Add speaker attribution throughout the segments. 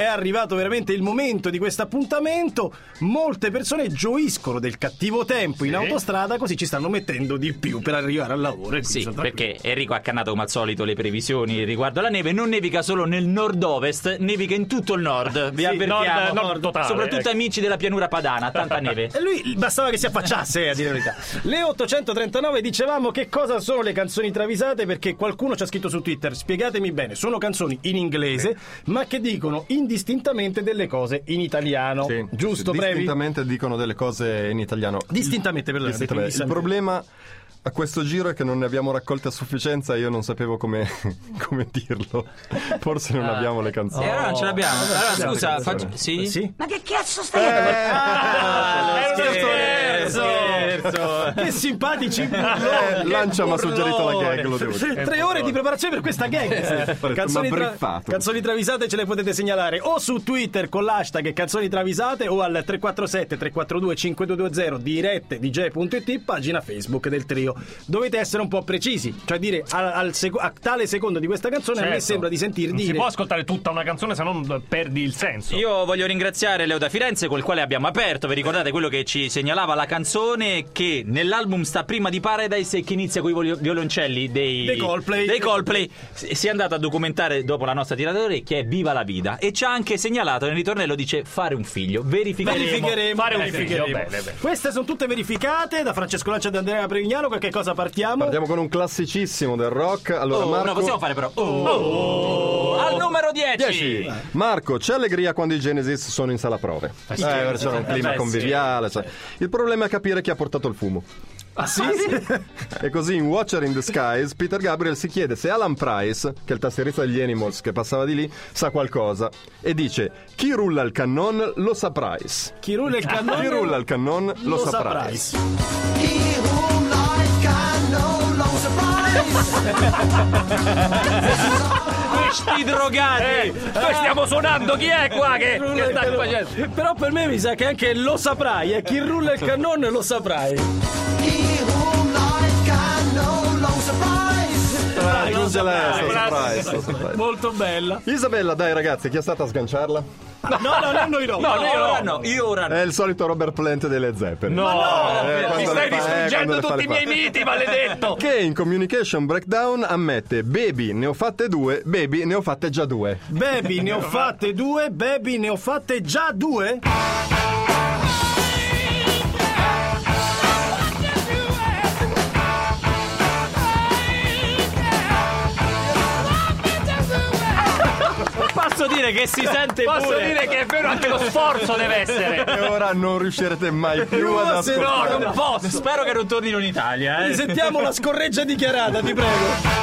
Speaker 1: È arrivato veramente il momento di questo appuntamento. Molte persone gioiscono del cattivo tempo in autostrada, così ci stanno mettendo di più per arrivare al lavoro. e quindi
Speaker 2: Sì,
Speaker 1: sono tranquilli.
Speaker 2: perché Enrico ha cannato come al solito le previsioni riguardo alla neve. Non nevica solo nel nord-ovest, nevica in tutto il nord. Vi
Speaker 3: Sì,
Speaker 2: avvertiamo.
Speaker 3: nord- nord totale,
Speaker 2: Soprattutto
Speaker 3: ecco.
Speaker 2: amici della pianura padana, tanta neve.
Speaker 1: E lui bastava che si affacciasse, eh, a dire la verità. Le 839 dicevamo che cosa sono le canzoni travisate perché qualcuno ci ha scritto su Twitter, spiegatemi bene, sono canzoni in inglese ma che dicono indistintamente delle cose in italiano.
Speaker 4: Sì,
Speaker 1: Giusto,
Speaker 4: sì,
Speaker 1: brevi?
Speaker 4: Distintamente dicono delle cose in italiano.
Speaker 1: Distintamente, perdonate,
Speaker 4: Distintamente. Il
Speaker 1: quindi-
Speaker 4: problema a questo giro è che non ne abbiamo raccolte a sufficienza e io non sapevo come, come dirlo. Forse
Speaker 2: Ah.
Speaker 4: non abbiamo le
Speaker 2: E
Speaker 4: canzoni.
Speaker 2: Eh, allora non ce l'abbiamo. Allora scusa, faccio... Sì?
Speaker 1: Sì?
Speaker 5: Ma che cazzo stai a
Speaker 1: Ah,
Speaker 2: lo
Speaker 1: scherzo!
Speaker 2: scherzo!
Speaker 1: Che simpatici!
Speaker 4: Eh, Lancia mi ha suggerito la gag, lo devo dire.
Speaker 1: Tre ore di preparazione per questa
Speaker 4: Eh,
Speaker 1: gag.
Speaker 4: detto,
Speaker 1: Canzoni,
Speaker 4: m'ha
Speaker 1: tra-
Speaker 4: briffato.
Speaker 1: canzoni travisate ce le potete segnalare o su Twitter con l'hashtag canzoni travisate o al 347 342 5220 dirette dj.it pagina Facebook del trio. Dovete essere un po' precisi, cioè dire a, al seco- a tale secondo di questa canzone a me
Speaker 3: Certo.
Speaker 1: sembra di sentir
Speaker 3: Non si
Speaker 1: dire
Speaker 3: può ascoltare tutta una canzone se non perdi il senso.
Speaker 2: Io voglio ringraziare Leo da Firenze col quale abbiamo aperto, vi ricordate quello che ci segnalava la canzone che nell'album sta prima di Paradise e che inizia con i violoncelli dei,
Speaker 1: Dei Coldplay.
Speaker 2: dei Coldplay. Si si è andato a documentare dopo la nostra tirata d'orecchie è Viva la vita e ci ha anche segnalato nel ritornello dice fare un figlio, verificare
Speaker 1: Verificheremo. Eh,
Speaker 3: Fare un
Speaker 1: Verificheremo.
Speaker 3: figlio, bene, bene.
Speaker 1: Queste sono tutte verificate da Francesco Lancia e da Andrea Prevignano. Con che cosa partiamo?
Speaker 4: Partiamo con un classicissimo del rock. Allora,
Speaker 2: Oh,
Speaker 4: Marco.
Speaker 2: no, possiamo fare però. Oh. Al numero 10.
Speaker 4: 10. Marco, c'è allegria quando i Genesis sono in sala prove. Eh, c'è un clima
Speaker 2: sì.
Speaker 4: conviviale. cioè. Il problema è capire chi ha portato il fumo.
Speaker 1: Ah, sì?
Speaker 4: E così in Watcher in the Skies Peter Gabriel si chiede se Alan Price, che è il tastierista degli Animals che passava di lì, sa qualcosa. E dice: Chi rulla il cannon lo sa Price.
Speaker 1: Chi rulla il cannone?
Speaker 4: Chi rulla il cannon lo, sa,
Speaker 1: saprai.
Speaker 4: Price.
Speaker 2: Questi drogati.
Speaker 3: Noi Eh, stiamo suonando, chi è qua che,
Speaker 1: Rulla
Speaker 3: che
Speaker 1: il
Speaker 3: sta
Speaker 1: cannone.
Speaker 3: facendo?
Speaker 1: Eh, Però per me mi sa che anche lo saprai, eh. chi rulla il cannone lo saprai.
Speaker 4: Ah, aggiunge la S,
Speaker 3: saprai.
Speaker 4: lo sa Price, lo sa Price.
Speaker 1: Molto bella.
Speaker 4: Isabella, dai ragazzi, chi è stata a sganciarla?
Speaker 1: No, no, no, noi no.
Speaker 2: No, no, io ora no, io ora no.
Speaker 4: È il solito Robert Plant delle Zeppelin.
Speaker 3: No,
Speaker 4: Eh,
Speaker 3: mi
Speaker 4: quando
Speaker 3: stai
Speaker 4: le fa- eh,
Speaker 3: distruggendo
Speaker 4: quando le fa
Speaker 3: tutti
Speaker 4: le
Speaker 3: i miei
Speaker 4: fa-
Speaker 3: miti, maledetto.
Speaker 4: Che in Communication Breakdown ammette Baby ne ho fatte due, Baby ne ho fatte già due.
Speaker 1: Baby, ne ho fatte due, baby, ne ho fatte già due.
Speaker 2: Posso dire che si sente
Speaker 3: Posso
Speaker 2: pure.
Speaker 3: dire che è vero, anche lo sforzo deve essere.
Speaker 4: E ora non riuscirete mai più ad
Speaker 1: No, se no,
Speaker 4: ascoltare.
Speaker 2: No, non posso. Spero che non tornino in Italia, eh.
Speaker 1: Sentiamo la scorreggia dichiarata, ti prego.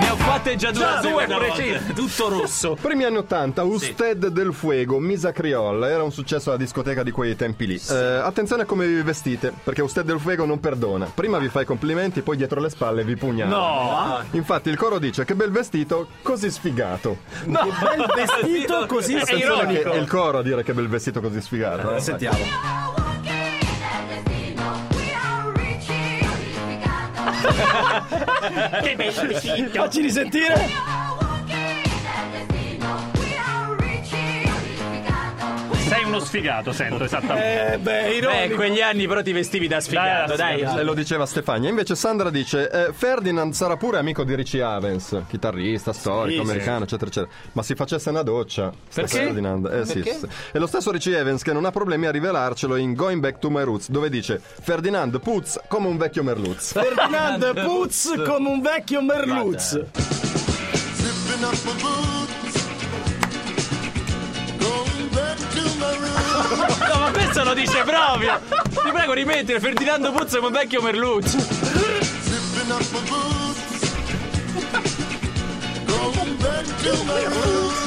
Speaker 2: Ne ho fatte già due,
Speaker 3: Già
Speaker 2: la
Speaker 3: due,
Speaker 2: seconda
Speaker 3: preciso.
Speaker 2: volta. Tutto rosso.
Speaker 4: Primi anni 80, Usted del Fuego, Misa Criolla, era un successo alla discoteca di quei tempi lì. Eh, attenzione a come vi vestite, perché Usted del Fuego non perdona. Prima vi fa i complimenti, poi dietro le spalle vi pugnala.
Speaker 3: No.
Speaker 4: Infatti il coro dice che bel vestito, così sfigato.
Speaker 1: Che bel vestito così
Speaker 3: È
Speaker 1: senza-
Speaker 3: ironico.
Speaker 4: Attenzione che È il coro a dire che bel vestito così sfigato. eh.
Speaker 1: Sentiamo.
Speaker 3: Che bello.
Speaker 1: Facci risentire.
Speaker 3: Sei uno sfigato, sento esattamente.
Speaker 1: Eh, beh,
Speaker 2: Beh,
Speaker 1: ironico.
Speaker 2: quegli anni però ti vestivi da sfigato,
Speaker 3: Dai,
Speaker 2: dai.
Speaker 3: da
Speaker 4: E Eh, lo diceva Stefania. Invece Sandra dice: eh, Ferdinand sarà pure amico di Richie Havens, chitarrista, storico,
Speaker 1: Sì, sì.
Speaker 4: americano, eccetera, eccetera. Ma si facesse una doccia. sta Ferdinand. Eh, sì, sì. E lo stesso Richie Evans che non ha problemi a rivelarcelo in Going Back to My Roots, dove dice: Ferdinand puzz come un vecchio merluz.
Speaker 1: Ferdinand Putz come un vecchio merluz.
Speaker 2: No, ma questo lo dice proprio. Ti prego rimettere Ferdinando Puzzo come un vecchio Merluzzo.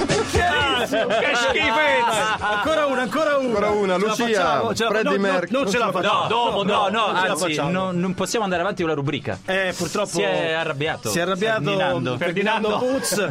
Speaker 3: Che schifezza.
Speaker 1: Ancora una, ancora una.
Speaker 4: Ancora una,
Speaker 1: Ce la
Speaker 4: Lucia,
Speaker 1: facciamo, ce la-
Speaker 4: Freddie
Speaker 1: no, no,
Speaker 4: Mercury.
Speaker 1: Non ce la facciamo.
Speaker 2: dopo, no, no,
Speaker 1: non ce la
Speaker 2: anzi,
Speaker 1: facciamo.
Speaker 2: no- non possiamo andare avanti con la rubrica.
Speaker 1: Eh, purtroppo
Speaker 2: Si è arrabbiato.
Speaker 1: Si è arrabbiato
Speaker 2: Ferdinando.
Speaker 1: Ferdinando Putz.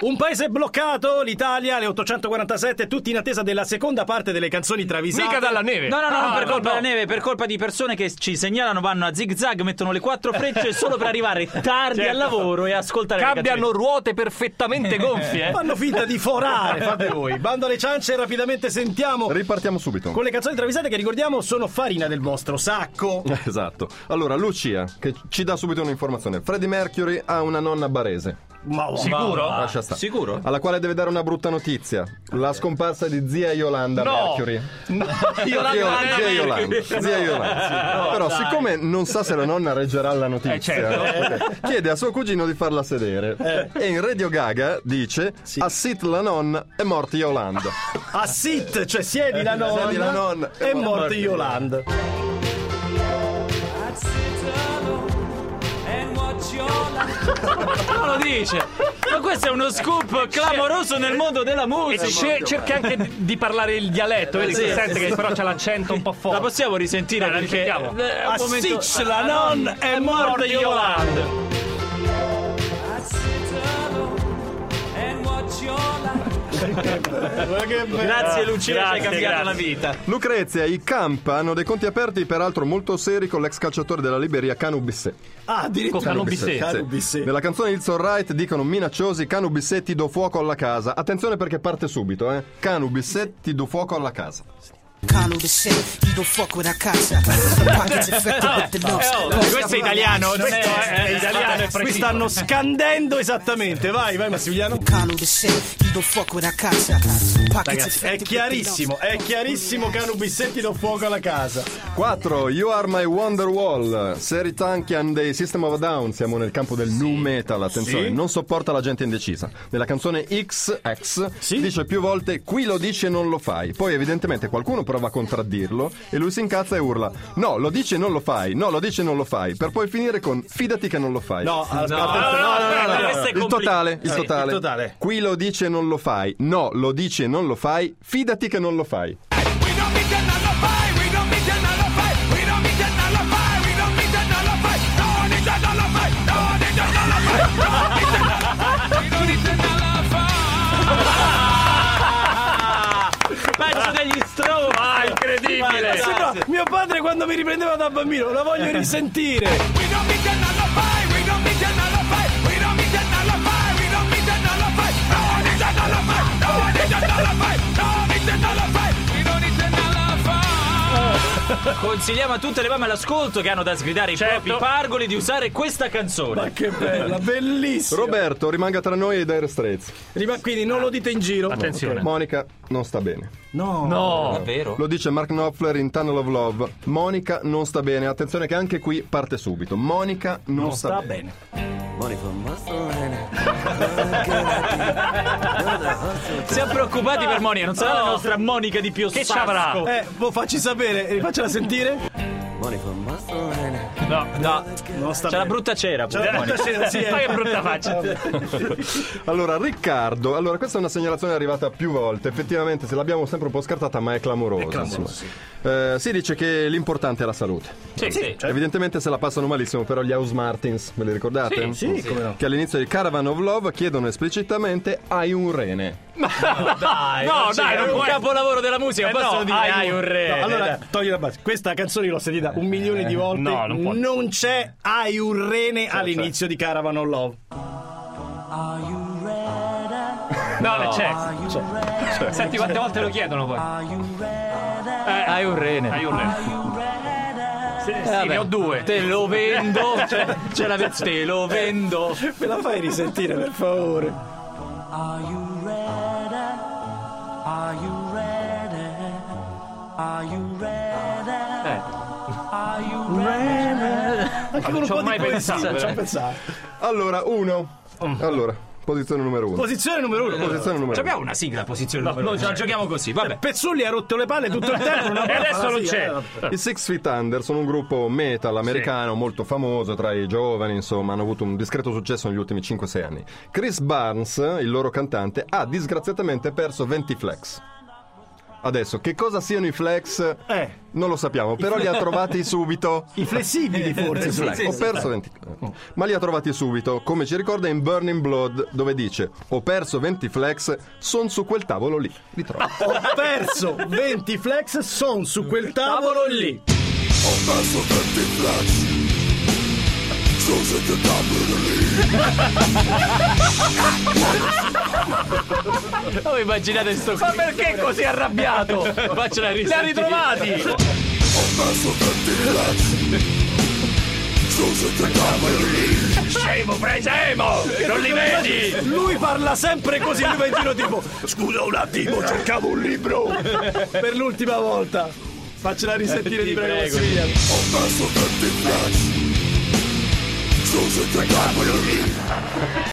Speaker 1: Un paese bloccato, l'Italia, le 847, tutti in attesa della seconda parte delle canzoni travisate.
Speaker 5: Mica dalla neve.
Speaker 2: No, no, no, non
Speaker 5: Ah,
Speaker 2: per colpa
Speaker 5: no.
Speaker 2: della neve, per colpa di persone che ci segnalano, vanno a zig zag, mettono le quattro frecce solo per arrivare tardi al lavoro e ascoltare le
Speaker 5: Cambiano
Speaker 2: canzoni.
Speaker 5: ruote perfettamente
Speaker 3: eh?
Speaker 2: eh?
Speaker 5: gonfie.
Speaker 1: Fanno finta di forare, fate voi. Bando alle ciance, rapidamente sentiamo
Speaker 4: Ripartiamo subito.
Speaker 1: con le canzoni travisate che ricordiamo sono farina del vostro sacco.
Speaker 4: Esatto. Allora, Lucia, che ci dà subito un'informazione. Freddie Mercury ha una nonna barese.
Speaker 1: Ma
Speaker 3: Ah, Sicuro?
Speaker 4: Lascia stare.
Speaker 2: Sicuro?
Speaker 4: Alla quale deve dare una brutta notizia. La scomparsa di zia Yolanda
Speaker 3: No.
Speaker 4: Mercury.
Speaker 3: Yolanda
Speaker 4: zia,
Speaker 3: Mercury.
Speaker 4: zia Yolanda. Zia Yolanda. Però siccome non sa se la nonna reggerà la notizia,
Speaker 3: Eh, certo. Eh.
Speaker 4: eh, chiede a suo cugino di farla sedere. E in Radio Gaga dice a Sit la nonna è morta Yolanda.
Speaker 1: A sit, cioè siedi la nonna,
Speaker 4: Eh, Siedi la nonna.
Speaker 1: e morti Yolanda.
Speaker 2: Non lo dice. Ma questo è uno scoop clamoroso nel mondo della musica.
Speaker 5: E ce- cerca anche di, di parlare il dialetto, vedi?
Speaker 2: sì,
Speaker 5: si
Speaker 2: sì,
Speaker 5: sente che però c'è l'accento un po'
Speaker 2: La
Speaker 5: forte.
Speaker 2: possiamo risentire
Speaker 5: Dai, la
Speaker 2: perché
Speaker 5: risentiamo.
Speaker 2: eh, un
Speaker 1: A
Speaker 2: momento-
Speaker 1: sit la nonna è morta Yolanda.
Speaker 2: Grazie Eh, Lucia, ci hai
Speaker 3: Grazie,
Speaker 2: cambiato
Speaker 3: grazie.
Speaker 2: la vita.
Speaker 4: Lucrezia e i Camp hanno dei conti aperti peraltro molto seri con l'ex calciatore della Liberia Canu Bissé.
Speaker 1: Ah, addirittura
Speaker 5: Canu Bissé.
Speaker 4: Sì.
Speaker 1: Canu Bissé.
Speaker 4: Nella canzone It's Alright dicono minacciosi Canu Bissé ti do fuoco alla casa. Attenzione perché parte subito, eh. Canu Bissé ti do fuoco alla casa.
Speaker 6: Cano the shit, you don't fuck with our casa. Pockets affected with
Speaker 2: oh,
Speaker 6: the loss.
Speaker 5: questo è italiano, questo è, è italiano, è
Speaker 1: Qui
Speaker 5: preciso.
Speaker 1: stanno scandendo esattamente. Vai, vai Massimiliano.
Speaker 6: Cano the shit, you don't fuck with our casa. Pockets
Speaker 1: Ragazzi, è
Speaker 6: affected
Speaker 1: chiarissimo, è chiarissimo Canu Bissetti do fuoco alla casa.
Speaker 4: 4. You Are My Wonderwall. Seri Tankian dei System of a Down. Siamo nel campo del nu metal. Attenzione,
Speaker 1: Sì.
Speaker 4: non sopporta la gente indecisa. Nella canzone XX
Speaker 1: Sì.
Speaker 4: dice più volte qui lo dici e non lo fai. Poi evidentemente qualcuno prova a contraddirlo e lui si incazza e urla no, lo dici e non lo fai, no, lo dici e non lo fai. Per poi finire con fidati che non lo fai.
Speaker 1: No, aspetta,
Speaker 2: no,
Speaker 1: no, no, no, no,
Speaker 2: questo è
Speaker 4: Il
Speaker 2: compli-
Speaker 4: totale, il
Speaker 1: Sì,
Speaker 4: totale.
Speaker 1: il totale.
Speaker 4: Qui lo dici e non lo fai. No, lo dici e non lo fai. Fidati che non lo fai.
Speaker 2: Pezzo degli stro.
Speaker 5: Ah, incredibile!
Speaker 1: Sì, no, mio padre quando mi riprendeva da bambino, la
Speaker 5: Eh.
Speaker 1: voglio risentire.
Speaker 2: Consigliamo a tutte le mamme all'ascolto che hanno da sgridare i
Speaker 5: Certo.
Speaker 2: propri pargoli di usare questa
Speaker 1: Ma
Speaker 2: canzone.
Speaker 1: che bella, bellissima.
Speaker 4: Roberto, rimanga tra noi e Dire Straits.
Speaker 1: Rima- quindi non lo dite in giro.
Speaker 5: Attenzione.
Speaker 4: Monica non sta bene.
Speaker 1: No.
Speaker 5: No!
Speaker 2: Davvero?
Speaker 4: Lo dice Mark Knopfler in Tunnel of Love. Monica non sta bene. Attenzione che anche qui parte subito. Monica non,
Speaker 1: Non
Speaker 4: sta,
Speaker 1: sta
Speaker 4: bene.
Speaker 1: bene.
Speaker 2: Siamo preoccupati per Monica, non sarà la nostra Monica di Pio
Speaker 5: Che
Speaker 2: Sasco.
Speaker 5: c'avrà?
Speaker 1: Eh, boh, facci sapere, rifacela sentire.
Speaker 5: No,
Speaker 2: No,
Speaker 1: Non sta
Speaker 2: c'è la
Speaker 1: bene.
Speaker 2: brutta cera.
Speaker 1: C'è la brutta scena, sì, eh.
Speaker 5: Ma che brutta faccia!
Speaker 4: Allora, Riccardo. Allora, questa è una segnalazione arrivata più volte. Effettivamente, se l'abbiamo sempre un po' scartata, ma è clamorosa. insomma. Eh, si dice che l'importante è la salute.
Speaker 5: Sì, sì.
Speaker 4: Evidentemente se la passano malissimo, però gli House Martins, ve li ricordate?
Speaker 1: Sì, sì, come no.
Speaker 4: Che all'inizio di Caravan of Love chiedono esplicitamente hai un rene.
Speaker 2: Dai,
Speaker 5: No,
Speaker 2: non c'è-
Speaker 5: dai, non
Speaker 2: è un
Speaker 5: può-
Speaker 2: capolavoro della musica.
Speaker 5: Eh
Speaker 2: posso
Speaker 5: no,
Speaker 2: dire,
Speaker 5: hai
Speaker 2: hai
Speaker 5: un-
Speaker 2: un re.
Speaker 1: No, allora, togli la base. Questa canzone l'ho sentita un milione di volte.
Speaker 5: eh. no, non può. Cioè,
Speaker 1: Non c'è Hai un rene all'inizio di Caravan of Love.
Speaker 5: No, c'è. Senti quante volte lo chiedono poi.
Speaker 2: Hai un rene.
Speaker 5: Eh. Hai un Eh, Sì, sì,
Speaker 2: Vabbè.
Speaker 5: ne ho due.
Speaker 2: Te lo vendo. Cioè, c'è la te lo vendo.
Speaker 1: Me la fai risentire, per favore?
Speaker 5: Eh.
Speaker 1: Anche con un
Speaker 5: ci ho
Speaker 1: po' di
Speaker 5: mai
Speaker 1: poesia,
Speaker 5: pensato,
Speaker 1: ci ho
Speaker 5: eh.
Speaker 1: pensato.
Speaker 4: Allora, uno. Allora, posizione numero uno.
Speaker 1: Posizione numero uno.
Speaker 5: Eh.
Speaker 4: Posizione numero uno.
Speaker 2: Abbiamo una sigla posizione numero uno, ce la giochiamo così, vabbè.
Speaker 1: Pezzulli ha rotto le palle tutto il tempo. non ha
Speaker 5: E
Speaker 1: fatto
Speaker 5: adesso
Speaker 1: la
Speaker 5: non
Speaker 1: sigla,
Speaker 5: c'è.
Speaker 1: eh.
Speaker 4: I Six Feet Under sono un gruppo metal americano molto famoso tra i giovani, insomma, hanno avuto un discreto successo negli ultimi 5-6 anni. Chris Barnes, il loro cantante, ha disgraziatamente perso 20 flex. Adesso, che cosa siano i flex? Non lo sappiamo, però li ha trovati subito.
Speaker 1: I
Speaker 5: Eh.
Speaker 1: flessibili forse. ecco.
Speaker 4: Sì, sì, ho perso 20 ma li ha trovati subito, come ci ricorda in Burning Blood, dove dice: Ho perso 20 flex, son su quel tavolo lì. Li trovo.
Speaker 1: Ho perso 20 flex, son su quel tavolo lì.
Speaker 7: Ho perso 20 flex Sono sette
Speaker 2: Oh, immaginate sto
Speaker 5: Ma perché così arrabbiato?
Speaker 2: Faccio la
Speaker 5: Li ha ritrovati!
Speaker 7: Ho perso 20 flex Sono sette
Speaker 5: Scemo, presemo! Non li vedi!
Speaker 1: Lui parla sempre così, lui va in giro tipo
Speaker 7: Scusa un attimo, cercavo un libro Ho
Speaker 1: per l'ultima volta. Faccela risentire di
Speaker 2: Ti
Speaker 1: prego.
Speaker 2: prego.
Speaker 1: William.
Speaker 7: perso 20 flex Sono sette